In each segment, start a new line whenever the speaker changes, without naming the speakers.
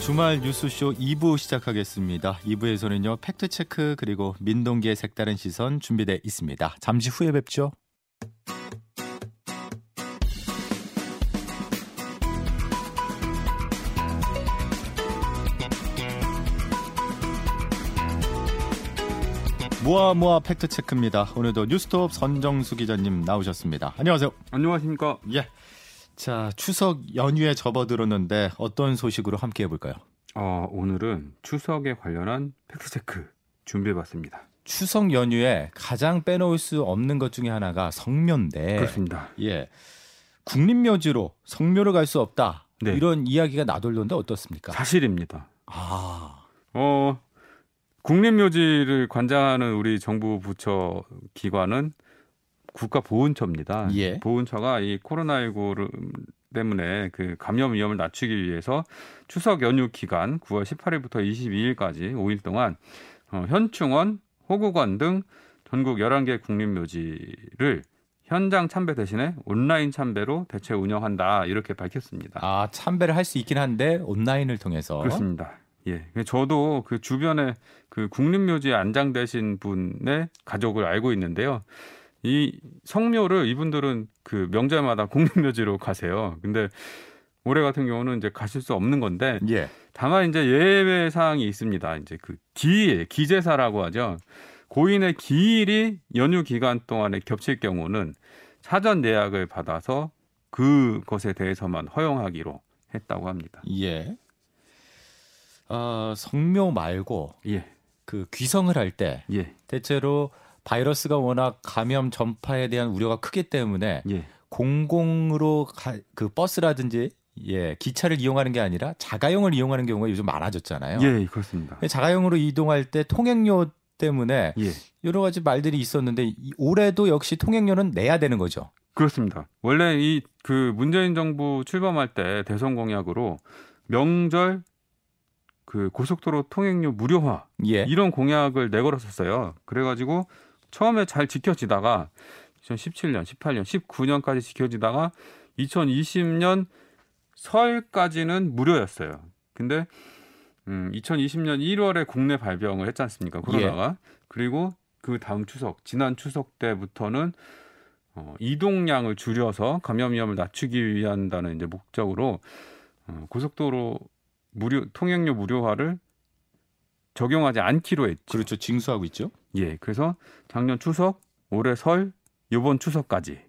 주말 뉴스쇼 2부 시작하겠습니다. 2부에서는요 팩트 체크 그리고 민동기의 색다른 시선 준비돼 있습니다. 잠시 후에 뵙죠. 모아 모아 팩트 체크입니다. 오늘도 뉴스톱 선정수 기자님 나오셨습니다. 안녕하세요.
안녕하십니까.
예. 자 추석 연휴에 접어들었는데 어떤 소식으로 함께해 볼까요?
어, 오늘은 추석에 관련한 팩트체크 준비해봤습니다.
추석 연휴에 가장 빼놓을 수 없는 것 중에 하나가 성묘인데
그렇습니다.
예 국립묘지로 성묘를 갈 수 없다
네.
이런 이야기가 나돌던데 어떻습니까?
사실입니다.
아
어, 국립묘지를 관장하는 우리 정부 부처 기관은 국가보훈처입니다.
예.
보훈처가 이 코로나19를 때문에 그 감염 위험을 낮추기 위해서 추석 연휴 기간 9월 18일부터 22일까지 5일 동안 어, 현충원, 호국원 등 전국 11개 국립묘지를 현장 참배 대신에 온라인 참배로 대체 운영한다 이렇게 밝혔습니다.
아, 참배를 할 수 있긴 한데 온라인을 통해서
그렇습니다. 예. 저도 그 주변에 그 국립묘지에 안장되신 분의 가족을 알고 있는데요. 이 성묘를 이분들은 그 명절마다 국립묘지로 가세요. 근데 올해 같은 경우는 이제 가실 수 없는 건데
예
다만 이제 예외 사항이 있습니다. 이제 그 기일, 기제사라고 하죠. 고인의 기일이 연휴 기간 동안에 겹칠 경우는 사전 예약을 받아서 그것에 대해서만 허용하기로 했다고 합니다.
예. 아, 성묘 말고
예.
그 귀성을 할 때
예.
대체로 바이러스가 워낙 감염 전파에 대한 우려가 크기 때문에
예.
공공으로 가, 그 버스라든지 예 기차를 이용하는 게 아니라 자가용을 이용하는 경우가 요즘 많아졌잖아요.
예, 그렇습니다.
자가용으로 이동할 때 통행료 때문에
예.
여러 가지 말들이 있었는데 이- 올해도 역시 통행료는 내야 되는 거죠.
그렇습니다. 원래 이 그 문재인 정부 출범할 때 대선 공약으로 명절 그 고속도로 통행료 무료화
예.
이런 공약을 내걸었었어요. 그래가지고 처음에 잘 지켜지다가 2017년, 18년, 19년까지 지켜지다가 2020년 설까지는 무료였어요. 근데 음, 2020년 1월에 국내 발병을 했지 않습니까? 코로나가.
예.
그리고 그 다음 추석, 지난 추석 때부터는 어, 이동량을 줄여서 감염 위험을 낮추기 위한다는 이제 목적으로 어, 고속도로 무료 통행료 무료화를 적용하지 않기로 했죠.
그렇죠. 징수하고 있죠.
예, 그래서 작년 추석, 올해 설, 요번 추석까지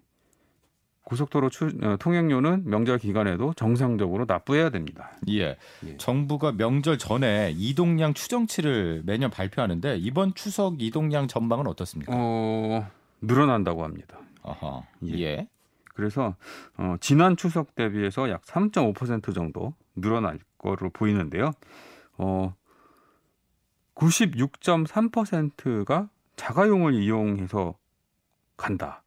고속도로 추- 어, 통행료는 명절 기간에도 정상적으로 납부해야 됩니다.
예.
예.
정부가 명절 전에 이동량 추정치를 매년 발표하는데 이번 추석 이동량 전망은 어떻습니까?
어, 늘어난다고 합니다.
아하.
예.
예.
그래서 어, 지난 추석 대비해서 약 3.5% 정도 늘어날 거로 보이는데요. 어, 96.3%가 자가용을 이용해서 간다.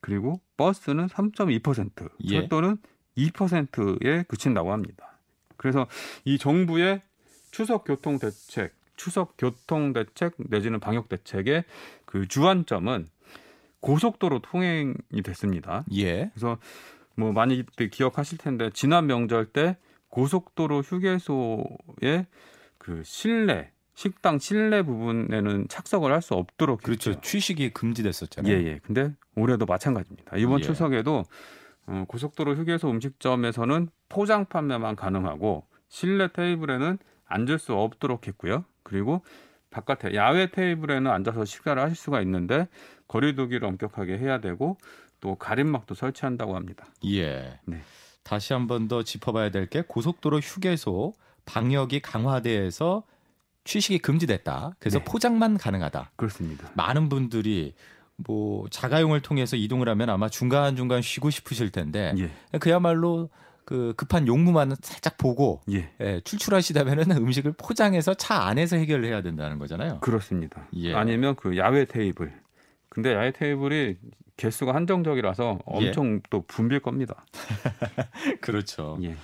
그리고 버스는 3.2%,
예.
철도는 2%에 그친다고 합니다. 그래서 이 정부의 추석 교통 대책, 추석 교통 대책 내지는 방역 대책의 그 주안점은 고속도로 통행이 됐습니다.
예.
그래서 뭐 많이 기억하실 텐데 지난 명절 때 고속도로 휴게소에 그 실내 식당 실내 부분에는 착석을 할 수 없도록
그렇죠.
했죠.
취식이 금지됐었잖아요.
예, 예. 근데 올해도 마찬가지입니다. 이번
예.
추석에도 어, 고속도로 휴게소 음식점에서는 포장 판매만 가능하고 실내 테이블에는 앉을 수 없도록 했고요. 그리고 바깥에 야외 테이블에는 앉아서 식사를 하실 수가 있는데 거리두기를 엄격하게 해야 되고 또 가림막도 설치한다고 합니다.
예.
네.
다시 한 번 더 짚어봐야 될 게 고속도로 휴게소 방역이 강화돼서 취식이 금지됐다. 그래서
네.
포장만 가능하다.
그렇습니다.
많은 분들이 뭐 자가용을 통해서 이동을 하면 아마 중간 중간 쉬고 싶으실 텐데
예,
그야말로 그 급한 용무만 살짝 보고
예,
예, 출출하시다면은 음식을 포장해서 차 안에서 해결을 해야 된다는 거잖아요.
그렇습니다.
예.
아니면 그 야외 테이블. 근데 야외 테이블이 개수가 한정적이라서
예.
엄청 또 붐빌 겁니다.
그렇죠.
예,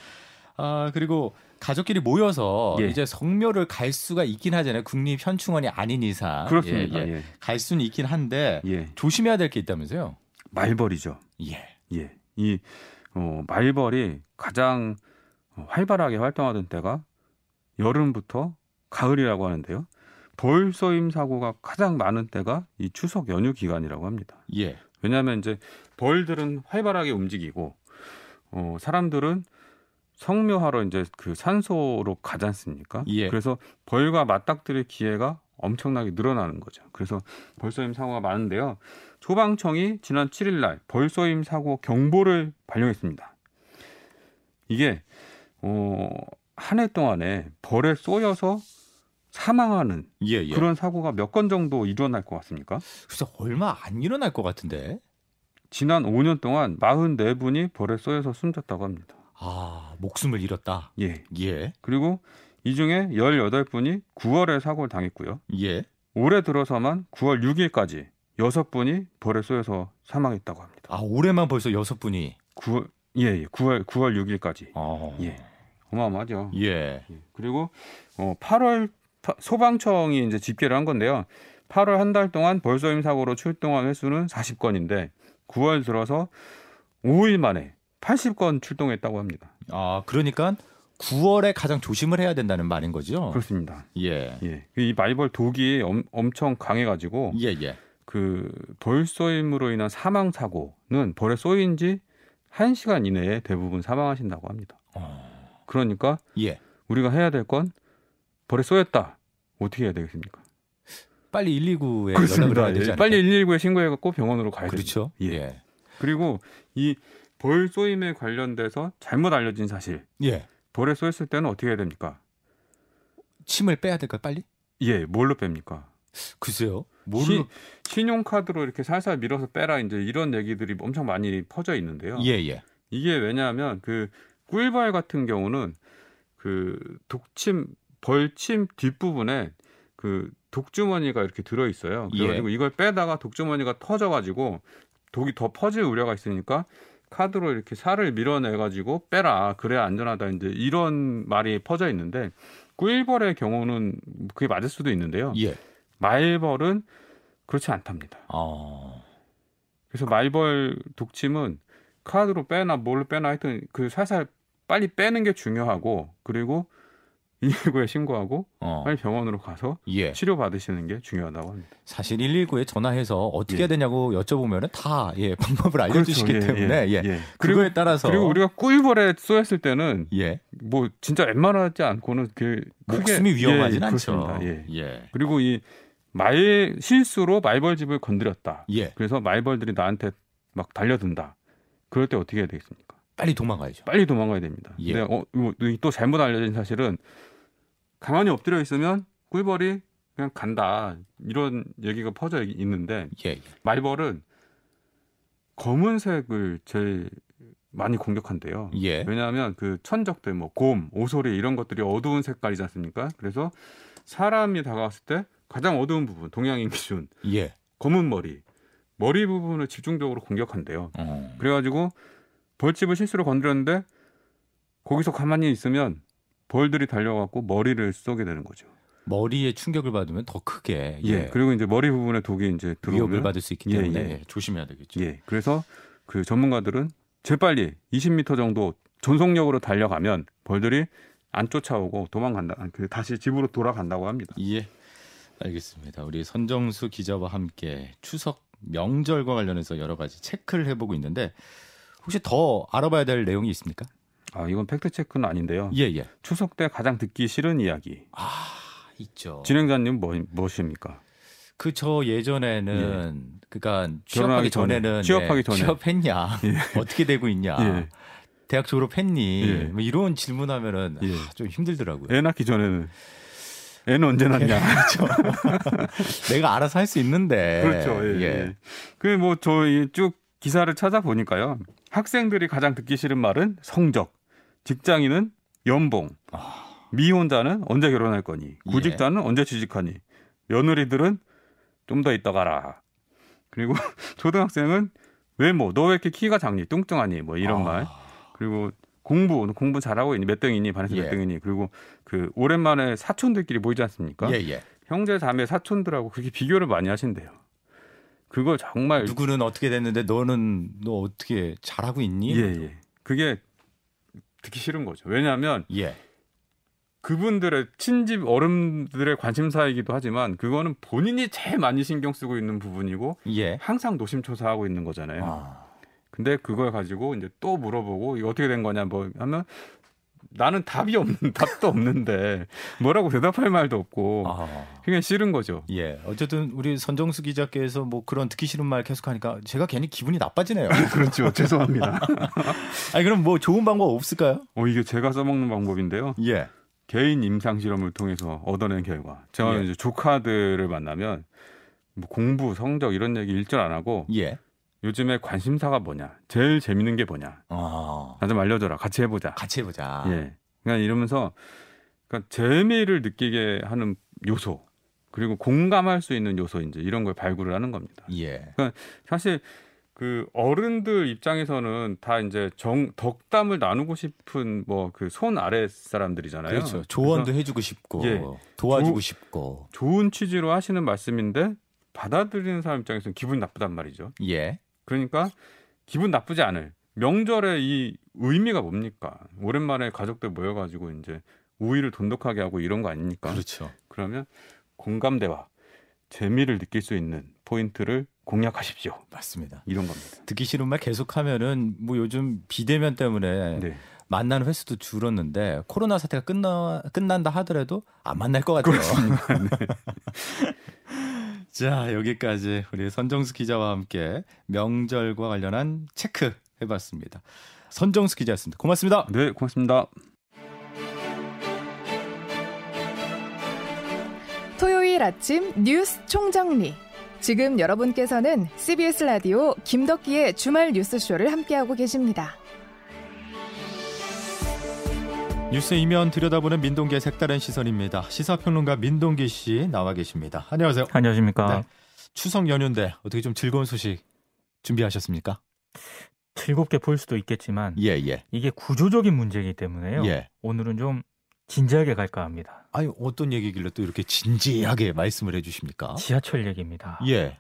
아 그리고 가족끼리 모여서
예.
이제 성묘를 갈 수가 있긴 하잖아요. 국립 현충원이 아닌 이상
그렇습니다.
예, 예.
예,
갈 수는 있긴 한데
예.
조심해야 될 게 있다면서요.
말벌이죠.
예.
예, 이 어, 말벌이 가장 활발하게 활동하던 때가 여름부터 가을이라고 하는데요. 벌 쏘임 사고가 가장 많은 때가 이 추석 연휴 기간이라고 합니다.
예.
왜냐하면 이제 벌들은 활발하게 움직이고 어, 사람들은 성묘하러 이제 그 산소로 가지 않습니까?
예.
그래서 벌과 맞닥뜨릴 기회가 엄청나게 늘어나는 거죠. 그래서 벌쏘임 사고가 많은데요. 소방청이 지난 7일 날 벌쏘임 사고 경보를 발령했습니다. 이게 어, 한 해 동안에 벌에 쏘여서 사망하는
예, 예.
그런 사고가 몇 건 정도 일어날 것 같습니까?
글쎄 얼마 안 일어날 것 같은데.
지난 5년 동안 44분이 벌에 쏘여서 숨졌다고 합니다.
아, 목숨을 잃었다.
예.
예.
그리고 이 중에 18분이 9월에 사고를 당했고요.
예.
올해 들어서만 9월 6일까지 6분이 벌에 쏘여서 사망했다고 합니다.
아, 올해만 벌써 여섯 분이.
9월 예, 예. 9월 9월 6일까지.
어.
예. 어마어마하죠.
예.
예. 그리고 어 8월 파- 소방청이 이제 집계를 한 건데요. 8월 한 달 동안 벌쏘임 사고로 출동한 횟수는 40건인데 9월 들어서 5일 만에 80건 출동했다고 합니다.
아, 그러니까 9월에 가장 조심을 해야 된다는 말인 거죠.
그렇습니다.
예.
예. 이 마이벌 독이 엄, 엄청 강해가지고
예, 예.
그 벌 쏘임으로 인한 사망 사고는 벌에 쏘인 지1 시간 이내에 대부분 사망하신다고 합니다.
어.
그러니까
예.
우리가 해야 될 건 벌에 쏘였다. 어떻게 해야 되겠습니까?
빨리 119에 네, 연락을 해야
그렇습니다.
되지
예.
않을까?
빨리 119에 신고해갖고 병원으로 가야 됩니다.
그렇죠.
예.
예.
그리고 이 벌 쏘임에 관련돼서 잘못 알려진 사실,
예.
벌에 쏘였을 때는 어떻게 해야 됩니까?
침을 빼야 될까 빨리?
예, 뭘로 뺍니까?
글쎄요.
시-
뭘로?
신용카드로 이렇게 살살 밀어서 빼라 이제 이런 얘기들이 엄청 많이 퍼져 있는데요.
예, 예.
이게 왜냐하면 그 꿀벌 같은 경우는 그 독침 벌침 뒷부분에 그 독주머니가 이렇게 들어 있어요.
예.
그래가지고 이걸 빼다가 독주머니가 터져가지고 독이 더 퍼질 우려가 있으니까 카드로 이렇게 살을 밀어내가지고 빼라 그래야 안전하다 이제 이런 말이 퍼져 있는데 꿀벌의 경우는 그게 맞을 수도 있는데요.
예.
말벌은 그렇지 않답니다.
어.
그래서 말벌 독침은 카드로 빼나 뭘로 빼나 하여튼 그 살살 빨리 빼는 게 중요하고 그리고 119에 신고하고
어.
빨리 병원으로 가서
예.
치료 받으시는 게 중요하다고 합니다.
사실 119에 전화해서 어떻게
예.
해야 되냐고 여쭤보면은 다 예, 방법을 알려 주시기
그렇죠. 예,
때문에 예.
예. 그리고
그거에 따라서
그리고 우리가 꿀벌에 쏘였을 때는
예.
뭐 진짜 웬만하지 않고는 그 크게-
목숨이 위험하진
예,
않죠.
그렇습니다. 예.
예.
그리고 이 말 실수로 말벌집을 건드렸다.
예.
그래서 말벌들이 나한테 막 달려든다. 그럴 때 어떻게 해야 되겠습니까?
빨리 도망가야죠.
빨리 도망가야 됩니다.
예.
근데 어, 이거 또 잘못 알려진 사실은 가만히 엎드려 있으면 꿀벌이 그냥 간다 이런 얘기가 퍼져 있는데
예. 예.
말벌은 검은색을 제일 많이 공격한대요.
예.
왜냐하면 그 천적들 뭐 곰, 오소리 이런 것들이 어두운 색깔이지 않습니까? 그래서 사람이 다가왔을 때 가장 어두운 부분, 동양인 기준
예.
검은 머리, 머리 부분을 집중적으로 공격한대요.
어.
그래가지고 벌집을 실수로 건드렸는데 거기서 가만히 있으면 벌들이 달려갖고 머리를 쏘게 되는 거죠.
머리에 충격을 받으면 더 크게
예. 그리고 이제 머리 부분에 독이 이제
위협을
들어오면
받을 수 있기
예,
때문에
예.
예, 조심해야 되겠죠.
예. 그래서 그 전문가들은 재빨리 20m 정도 전속력으로 달려가면 벌들이 안 쫓아오고 도망간다. 아, 그 다시 집으로 돌아간다고 합니다.
예. 알겠습니다. 우리 선정수 기자와 함께 추석 명절과 관련해서 여러 가지 체크를 해보고 있는데 혹시 더 알아봐야 될 내용이 있습니까?
아, 이건 팩트 체크는 아닌데요.
예, 예.
추석 때 가장 듣기 싫은 이야기.
아, 있죠.
진행자님 뭐 무엇입니까?
그 저 예전에는 그러니까 취업하기
결혼하기 전에,
전에는 예,
취업하기 전에.
취업했냐? 어떻게 되고 있냐?
예.
대학 졸업했니?
예.
뭐 이런 질문하면은
예.
아, 좀 힘들더라고요.
애 낳기 전에는 애는 언제 낳냐?
그렇죠. 내가 알아서 할 수 있는데.
그렇죠. 예. 그 뭐 저희 쭉 기사를 찾아보니까요. 학생들이 가장 듣기 싫은 말은 성적, 직장인은 연봉,
아.
미혼자는 언제 결혼할 거니, 구직자는 언제 취직하니, 며느리들은 좀 더 있다 가라. 그리고 초등학생은 외모, 너 왜 이렇게 키가 작니, 뚱뚱하니, 뭐 이런
아,
말. 그리고 공부, 너 공부 잘하고 있니, 몇 등이니, 반에서 몇
예.
등이니. 그리고 그 오랜만에 사촌들끼리 모이지 않습니까?
예, 예.
형제 자매 사촌들하고 그렇게 비교를 많이 하신대요. 그거 정말
누구는 어떻게 됐는데 너는 너 어떻게 잘하고 있니?
예, 예. 그게 듣기 싫은 거죠. 왜냐하면
예.
그분들의 친집 어른들의 관심사이기도 하지만 그거는 본인이 제일 많이 신경 쓰고 있는 부분이고
예.
항상 노심초사하고 있는 거잖아요.
아,
근데 그걸 가지고 이제 또 물어보고 이거 어떻게 된 거냐 뭐 하면 나는 답이 없는 답도 없는데 뭐라고 대답할 말도 없고
아.
그게 싫은 거죠.
예. 어쨌든 우리 선정수 기자께서 뭐 그런 듣기 싫은 말 계속하니까 제가 괜히 기분이 나빠지네요.
그렇죠. 죄송합니다.
아니 그럼 뭐 좋은 방법 없을까요?
어 이게 제가 써먹는 방법인데요.
예.
개인 임상 실험을 통해서 얻어낸 결과. 저는
예.
이제 조카들을 만나면 뭐 공부, 성적 이런 얘기 일절 안 하고
예.
요즘에 관심사가 뭐냐, 제일 재밌는 게 뭐냐,
아.
나 좀 알려줘라, 같이 해보자.
같이 아. 해보자.
예. 그냥 이러면서 그러니까 재미를 느끼게 하는 요소 그리고 공감할 수 있는 요소 이제 이런 걸 발굴을 하는 겁니다.
예.
사실 그 어른들 입장에서는 다 이제 정 덕담을 나누고 싶은 뭐 그 손 아래 사람들이잖아요.
그렇죠. 조언도
그래서
해주고 싶고
예.
도와주고
조-
싶고.
좋은 취지로 하시는 말씀인데 받아들이는 사람 입장에서는 기분이 나쁘단 말이죠.
예.
그러니까 기분 나쁘지 않을 명절에 이 의미가 뭡니까? 오랜만에 가족들 모여가지고 이제 우위를 돈독하게 하고 이런 거 아닙니까?
그렇죠.
그러면 공감대와 재미를 느낄 수 있는 포인트를 공략하십시오.
맞습니다.
이런 겁니다.
듣기 싫은 말 계속하면은 뭐 요즘 비대면 때문에
네.
만나는 횟수도 줄었는데 코로나 사태가 끝나 끝난다 하더라도 안 만날 것 같아요. 자 여기까지 우리 선정수 기자와 함께 명절과 관련한 체크 해봤습니다. 선정수 기자였습니다. 고맙습니다.
네, 고맙습니다.
토요일 아침 뉴스 총정리. 지금 여러분께서는 CBS 라디오 김덕기의 주말 뉴스쇼를 함께하고 계십니다.
뉴스 이면 들여다보는 민동기의 색다른 시선입니다. 시사평론가 민동기 씨 나와 계십니다. 안녕하세요.
안녕하십니까.
네. 추석 연휴인데 어떻게 좀 즐거운 소식 준비하셨습니까?
즐겁게 볼 수도 있겠지만
예 예.
이게 구조적인 문제이기 때문에요.
예.
오늘은 좀 진지하게 갈까 합니다.
아니 어떤 얘기길래 또 이렇게 진지하게 말씀을 해주십니까?
지하철 얘기입니다.
어? 예.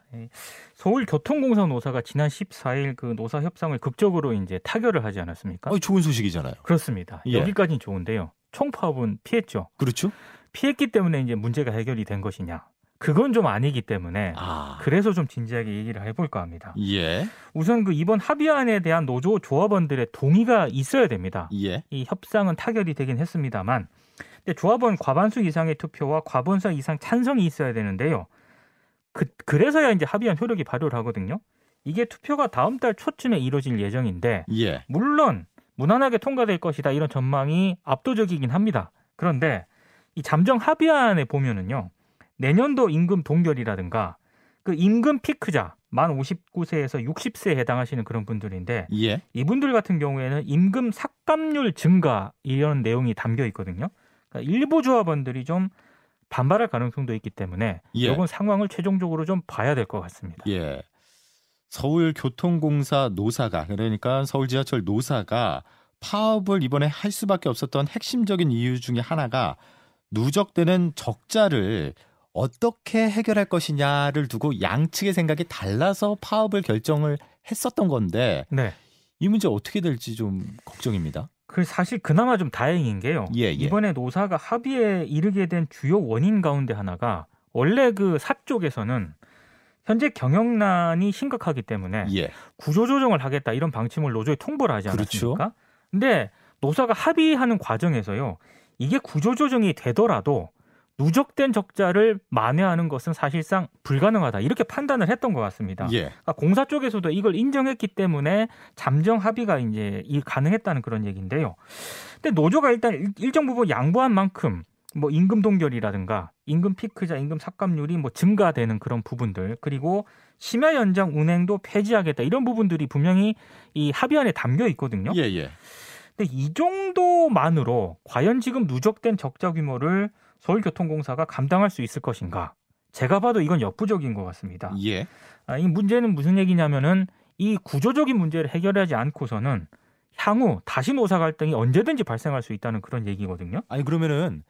서울교통공사 노사가 지난 14일 그 노사 협상을 극적으로 이제 타결을 하지 않았습니까?
어, 좋은 소식이잖아요.
그렇습니다.
예.
여기까지는 좋은데요. 총파업은 피했죠.
그렇죠?
피했기 때문에 이제 문제가 해결이 된 것이냐? 그건 좀 아니기 때문에
아.
그래서 좀 진지하게 얘기를 해볼까 합니다.
예.
우선 그 이번 합의안에 대한 노조 조합원들의 동의가 있어야 됩니다.
예.
이 협상은 타결이 되긴 했습니다만 근데 조합원 과반수 이상의 투표와 과반수 이상 찬성이 있어야 되는데요. 그, 그래서야 이제 합의안 효력이 발효를 하거든요. 이게 투표가 다음 달 초쯤에 이루어질 예정인데
예.
물론 무난하게 통과될 것이다 이런 전망이 압도적이긴 합니다. 그런데 이 잠정 합의안에 보면은요. 내년도 임금 동결이라든가 그 임금 피크자 만 59세에서 60세에 해당하시는 그런 분들인데
예.
이분들 같은 경우에는 임금 삭감률 증가 이런 내용이 담겨 있거든요. 그러니까 일부 조합원들이 좀 반발할 가능성도 있기 때문에
예.
이건 상황을 최종적으로 좀 봐야 될 것 같습니다.
예. 서울교통공사 노사가 그러니까 서울지하철 노사가 파업을 이번에 할 수밖에 없었던 핵심적인 이유 중에 하나가 누적되는 적자를 어떻게 해결할 것이냐를 두고 양측의 생각이 달라서 파업을 결정을 했었던 건데
네.
이 문제 어떻게 될지 좀 걱정입니다.
그 사실 그나마 좀 다행인 게요.
예, 예.
이번에 노사가 합의에 이르게 된 주요 원인 가운데 하나가 원래 그 사 쪽에서는 현재 경영난이 심각하기 때문에
예.
구조조정을 하겠다 이런 방침을 노조에 통보를 하지
그렇죠.
않았습니까? 근데 노사가 합의하는 과정에서요. 이게 구조조정이 되더라도 누적된 적자를 만회하는 것은 사실상 불가능하다 이렇게 판단을 했던 것 같습니다.
예.
그러니까 공사 쪽에서도 이걸 인정했기 때문에 잠정 합의가 이제 이 가능했다는 그런 얘기인데요. 근데 노조가 일단 일- 일정 부분 양보한 만큼 뭐 임금 동결이라든가 임금 피크자 임금 삭감률이 뭐 증가되는 그런 부분들 그리고 심야 연장 운행도 폐지하겠다 이런 부분들이 분명히 이 합의안에 담겨 있거든요.
예, 예.
근데 이 정도만으로 과연 지금 누적된 적자 규모를 서울교통공사가 감당할 수 있을 것인가? 제가 봐도 이건 역부족인 것 같습니다.
예.
아, 이 문제는 무슨 얘기냐면은 이 구조적인 문제를 해결하지 않고서는 향후 다시 노사 갈등이 언제든지 발생할 수 있다는 그런 얘기거든요.
아니 그러면은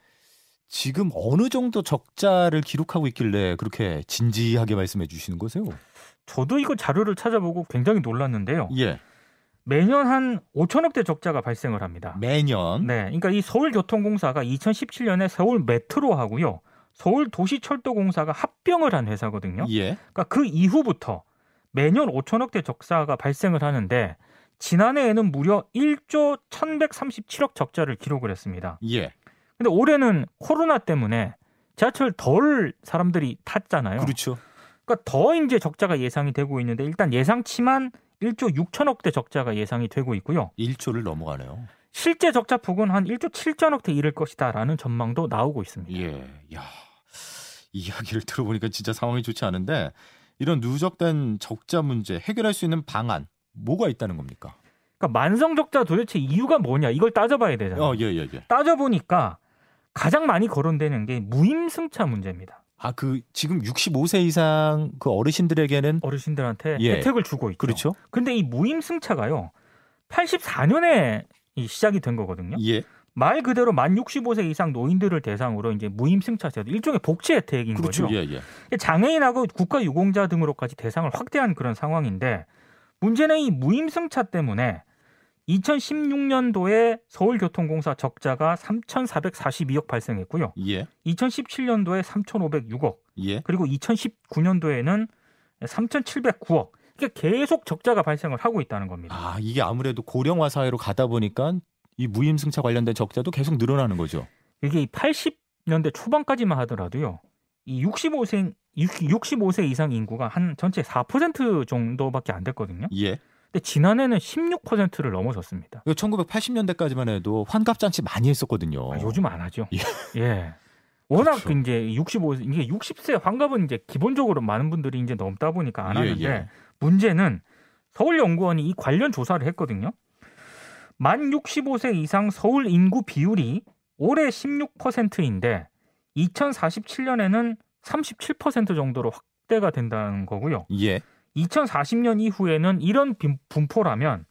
지금 어느 정도 적자를 기록하고 있길래 그렇게 진지하게 말씀해 주시는 거세요?
저도 이거 자료를 찾아보고 굉장히 놀랐는데요.
예.
매년 한 5천억 대 적자가 발생을 합니다.
매년
네, 그러니까 이 서울교통공사가 2017년에 서울 메트로하고요, 서울 도시철도공사가 합병을 한 회사거든요.
예.
그러니까 그 이후부터 매년 5천억 대 적자가 발생을 하는데 지난해에는 무려 1조 1,137억 적자를 기록을 했습니다.
예.
근데 올해는 코로나 때문에 지하철 덜 사람들이 탔잖아요.
그렇죠.
그러니까 더 이제 적자가 예상이 되고 있는데 일단 예상치만 1조 6천억 대 적자가 예상이 되고 있고요.
1조를 넘어가네요.
실제 적자 폭은 한 1조 7천억 대 이를 것이다라는 전망도 나오고 있습니다.
예. 야. 이야기를 들어보니까 진짜 상황이 좋지 않은데 이런 누적된 적자 문제 해결할 수 있는 방안 뭐가 있다는 겁니까?
그러니까 만성 적자 도대체 이유가 뭐냐 이걸 따져봐야 되잖아요.
어, 예, 예, 예.
따져보니까 가장 많이 거론되는 게 무임승차 문제입니다.
아, 그 지금 65세 이상 그 어르신들에게는
어르신들한테
예.
혜택을 주고 있죠.
그렇죠?
근데 이 무임승차가요. 84년에 시작이 된 거거든요.
예.
말 그대로 만 65세 이상 노인들을 대상으로 이제 무임승차 제도 일종의 복지 혜택인
그렇죠.
거죠.
예, 예.
장애인하고 국가유공자 등으로까지 대상을 확대한 그런 상황인데 문제는 이 무임승차 때문에 2016년도에 서울교통공사 적자가 3,442억 발생했고요.
예.
2017년도에 3,506억
예.
그리고 2019년도에는 3,709억 이게 계속 적자가 발생을 하고 있다는 겁니다.
아, 이게 아무래도 고령화 사회로 가다 보니까 이 무임승차 관련된 적자도 계속 늘어나는 거죠.
이게 80년대 초반까지만 하더라도요. 이 65세 65세 이상 인구가 한 전체 4% 정도밖에 안 됐거든요.
예.
근데 지난해는 16%를 넘어섰습니다.
1980년대까지만 그러니까 해도 환갑잔치 많이 했었거든요.
아, 요즘 안 하죠.
그렇죠. 예.
예. 워낙
그렇죠.
이제 65 이게 60세 환갑은 이제 기본적으로 많은 분들이 이제 넘다 보니까 안
예,
하는데
예.
문제는 서울연구원이 이 관련 조사를 했거든요. 만 65세 이상 서울 인구 비율이 올해 16%인데 2047년에는 37% 정도로 확대가 된다는 거고요.
예.
2040년 이후에는 이런 빈- 분포라면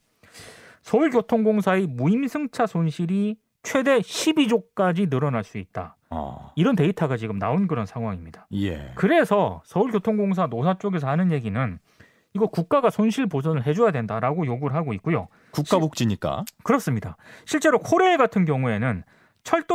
서울교통공사의 무임승차 손실이 최대 12조까지 늘어날 수 있다.
어.
이런 데이터가 지금 나온 그런 상황입니다.
예.
그래서 서울교통공사 노사 쪽에서 하는 얘기는 이거 국가가 손실 보전을 해줘야 된다라고 요구를 하고 있고요.
국가복지니까.
그렇습니다. 실제로 코레일 같은 경우에는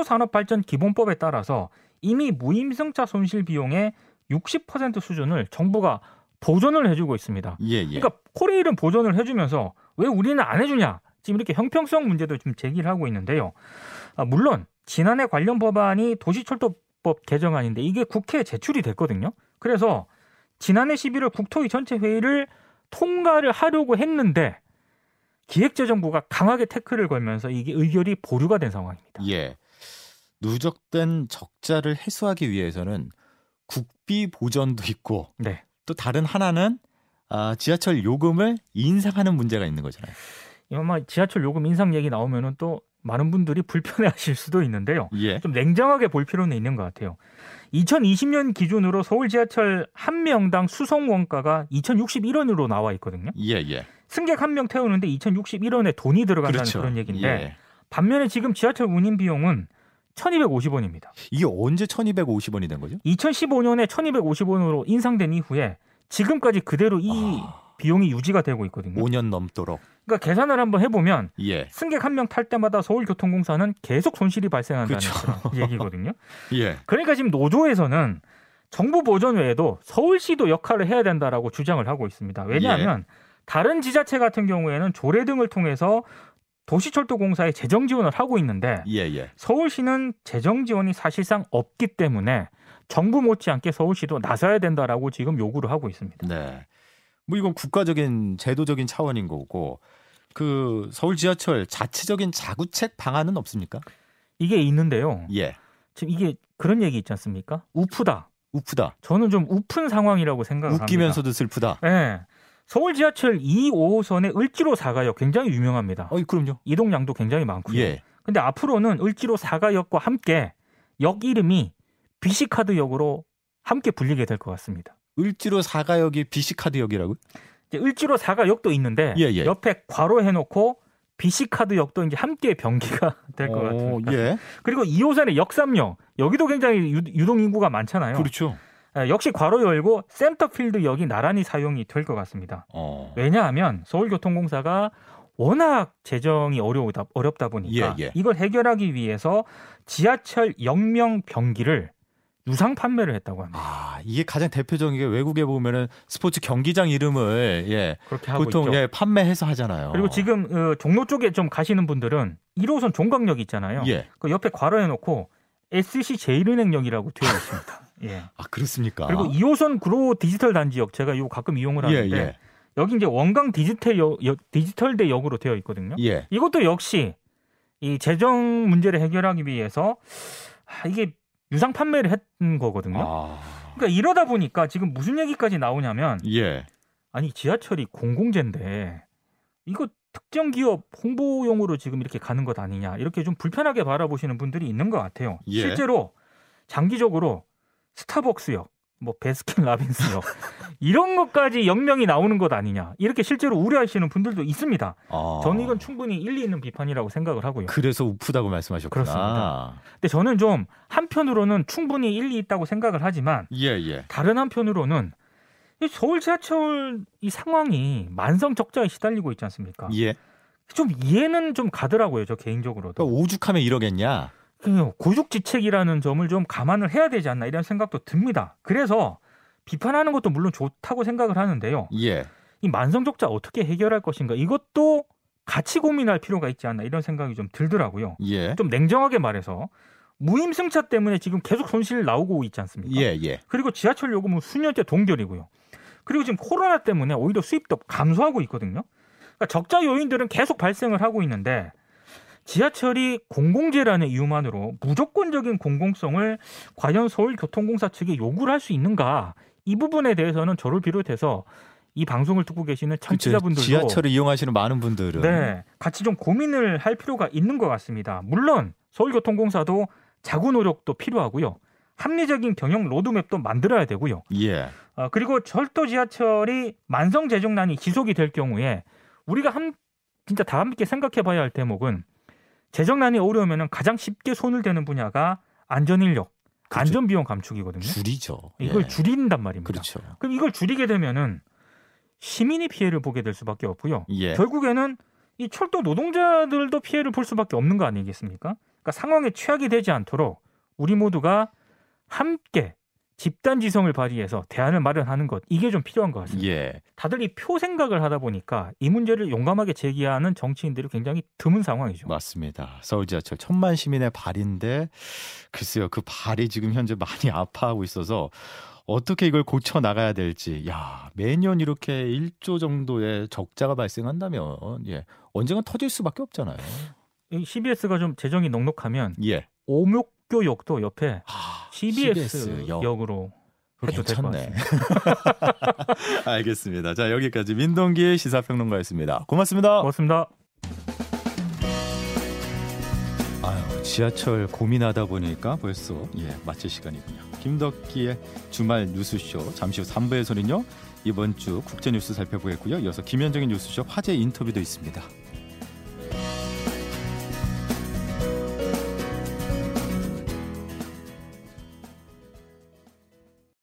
철도산업발전기본법에 따라서 이미 무임승차 손실 비용의 60% 수준을 정부가 보전을 해주고 있습니다.
예, 예.
그러니까 코레일은 보전을 해주면서 왜 우리는 안 해주냐 지금 이렇게 형평성 문제도 지금 제기를 하고 있는데요. 아, 물론 지난해 관련 법안이 도시철도법 개정안인데 이게 국회에 제출이 됐거든요. 그래서 지난해 11월 국토위 전체 회의를 통과를 하려고 했는데 기획재정부가 강하게 태클을 걸면서 이게 의결이 보류가 된 상황입니다.
예. 누적된 적자를 해소하기 위해서는 국비 보전도 있고
네.
또 다른 하나는 아, 지하철 요금을 인상하는 문제가 있는 거잖아요.
아마 지하철 요금 인상 얘기 나오면은 또 많은 분들이 불편해하실 수도 있는데요.
예.
좀 냉정하게 볼 필요는 있는 것 같아요. 2020년 기준으로 서울 지하철 한 명당 수송 원가가 2,061원으로 나와 있거든요.
예, 예.
승객 한 명 태우는데 2,061원에 돈이 들어간다는
그렇죠.
그런 얘기인데
예.
반면에 지금 지하철 운임 비용은 1,250원입니다.
이게 언제 1,250원이 된 거죠?
2015년에 1,250원으로 인상된 이후에 지금까지 그대로 이
아,
비용이 유지가 되고 있거든요.
5년 넘도록.
그러니까 계산을 한번 해보면
예.
승객 한 명 탈 때마다 서울교통공사는 계속 손실이 발생한다는
그렇죠.
그런 얘기거든요.
예.
그러니까 지금 노조에서는 정부 보전 외에도 서울시도 역할을 해야 된다라고 주장을 하고 있습니다. 왜냐하면
예.
다른 지자체 같은 경우에는 조례 등을 통해서 도시철도공사에 재정 지원을 하고 있는데
예, 예.
서울시는 재정 지원이 사실상 없기 때문에 정부 못지않게 서울시도 나서야 된다라고 지금 요구를 하고 있습니다.
네. 뭐 이건 국가적인 제도적인 차원인 거고 그 서울 지하철 자체적인 자구책 방안은 없습니까?
이게 있는데요.
예.
지금 이게 그런 얘기 있지 않습니까? 우프다.
우프다.
저는 좀 우픈 상황이라고 생각을 합니다.
웃기면서도 슬프다.
예. 서울 지하철 2, 5호선의 을지로 4가역 굉장히 유명합니다.
어이 그럼요.
이동량도 굉장히 많고요.
예.
근데 앞으로는 을지로 4가역과 함께 역 이름이 BC카드역으로 함께 불리게 될 것 같습니다.
을지로 사가역이 BC카드역이라고?
이제 을지로 4가역도 있는데
예, 예.
옆에 괄호 해놓고 BC카드역도 이제 함께 변기가 될 것 같습니다.
예.
그리고 2호선의 역삼역 여기도 굉장히 유- 유동 인구가 많잖아요.
그렇죠.
예, 역시 괄호 열고 센터필드 역이 나란히 사용이 될 것 같습니다.
어.
왜냐하면 서울교통공사가 워낙 재정이 어려우다 어렵다 보니까
예, 예.
이걸 해결하기 위해서 지하철 영명 병기를 유상 판매를 했다고 합니다.
아 이게 가장 대표적인 게 외국에 보면은 스포츠 경기장 이름을 예
그렇게 하고
보통
있죠.
예 판매해서 하잖아요.
그리고 지금 어, 종로 쪽에 좀 가시는 분들은 1호선 종각역 있잖아요.
예.
그 옆에 괄호해 놓고 SC 제일은행역이라고 되어 있습니다. 예.
아 그렇습니까?
그리고 2호선 구로 디지털 단지역 제가 이거 가끔 이용을
예,
하는데
예,
여기 이제 원강 디지털 역, 역- 디지털대 역으로 되어 있거든요.
예.
이것도 역시 이 재정 문제를 해결하기 위해서 아, 이게 유상 판매를 했던 거거든요.
아,
그러니까 이러다 보니까 지금 무슨 얘기까지 나오냐면
예.
아니 지하철이 공공재인데 이거 특정 기업 홍보용으로 지금 이렇게 가는 것 아니냐 이렇게 좀 불편하게 바라보시는 분들이 있는 것 같아요.
예.
실제로 장기적으로 스타벅스역, 뭐 베스킨 라빈스역 이런 것까지 영명이 나오는 것 아니냐 이렇게 실제로 우려하시는 분들도 있습니다.
아.
저는 이건 충분히 일리 있는 비판이라고 생각을 하고요.
그래서 우프다고 말씀하셨구나.
그렇습니다. 근데 저는 좀 한편으로는 충분히 일리 있다고 생각을 하지만
예, 예.
다른 한편으로는 이 서울 지하철 이 상황이 만성 적자에 시달리고 있지 않습니까?
예.
좀 이해는 좀 가더라고요, 저
그러니까
개인적으로도.
오죽하면 이러겠냐?
그냥 고육지책이라는 점을 좀 감안을 해야 되지 않나 이런 생각도 듭니다. 그래서 비판하는 것도 물론 좋다고 생각을 하는데요.
예.
이 만성 적자 어떻게 해결할 것인가 이것도 같이 고민할 필요가 있지 않나 이런 생각이 좀 들더라고요.
예.
네? 좀 냉정하게 말해서 무임승차 때문에 지금 계속 손실 나오고 있지 않습니까?
예, 예.
그리고 지하철 요금은 수년째 동결이고요. 그리고 지금 코로나 때문에 오히려 수입도 감소하고 있거든요. 그러니까 적자 요인들은 계속 발생을 하고 있는데 지하철이 공공재라는 이유만으로 무조건적인 공공성을 과연 서울교통공사 측에 요구를 할 수 있는가 이 부분에 대해서는 저를 비롯해서 이 방송을 듣고 계시는 청취자분들도
그 지하철을 이용하시는 많은 분들은
네, 같이 좀 고민을 할 필요가 있는 것 같습니다. 물론 서울교통공사도 자구 노력도 필요하고요. 합리적인 경영 로드맵도 만들어야 되고요.
예.
아, 그리고 절도 지하철이 만성 재정난이 지속이 될 경우에 우리가 함, 진짜 다 함께 생각해 봐야 할 대목은 재정난이 오려면 가장 쉽게 손을 대는 분야가 안전인력,
그렇죠.
안전비용 감축이거든요.
줄이죠.
이걸
예.
줄인단 말입니다.
그렇죠.
그럼 이걸 줄이게 되면은 시민이 피해를 보게 될 수밖에 없고요.
예.
결국에는 이 철도 노동자들도 피해를 볼 수밖에 없는 거 아니겠습니까? 그러니까 상황에 취약이 되지 않도록 우리 모두가 함께 집단 지성을 발휘해서 대안을 마련하는 것 이게 좀 필요한 것 같습니다.
예.
다들 이 표 생각을 하다 보니까 이 문제를 용감하게 제기하는 정치인들이 굉장히 드문 상황이죠.
맞습니다. 서울 지하철 천만 시민의 발인데 글쎄요. 그 발이 지금 현재 많이 아파하고 있어서 어떻게 이걸 고쳐 나가야 될지. 야, 매년 이렇게 1조 정도의 적자가 발생한다면 예. 언젠가 터질 수밖에 없잖아요.
이 CBS가 좀 재정이 넉넉하면
예.
오목교역도 옆에
아,
CBS,
역.
역으로
그거
해도 될것
괜찮네. 알겠습니다. 자, 여기까지 민동기 시사평론가였습니다. 고맙습니다.
고맙습니다.
아유, 지하철 고민하다 보니까 벌써 예, 마칠 시간이군요. 김덕기의 주말 뉴스쇼 잠시 후 3부에서는요. 이번 주 국제 뉴스 살펴보겠고요. 이어서 김현정의 뉴스쇼 화제 인터뷰도 있습니다.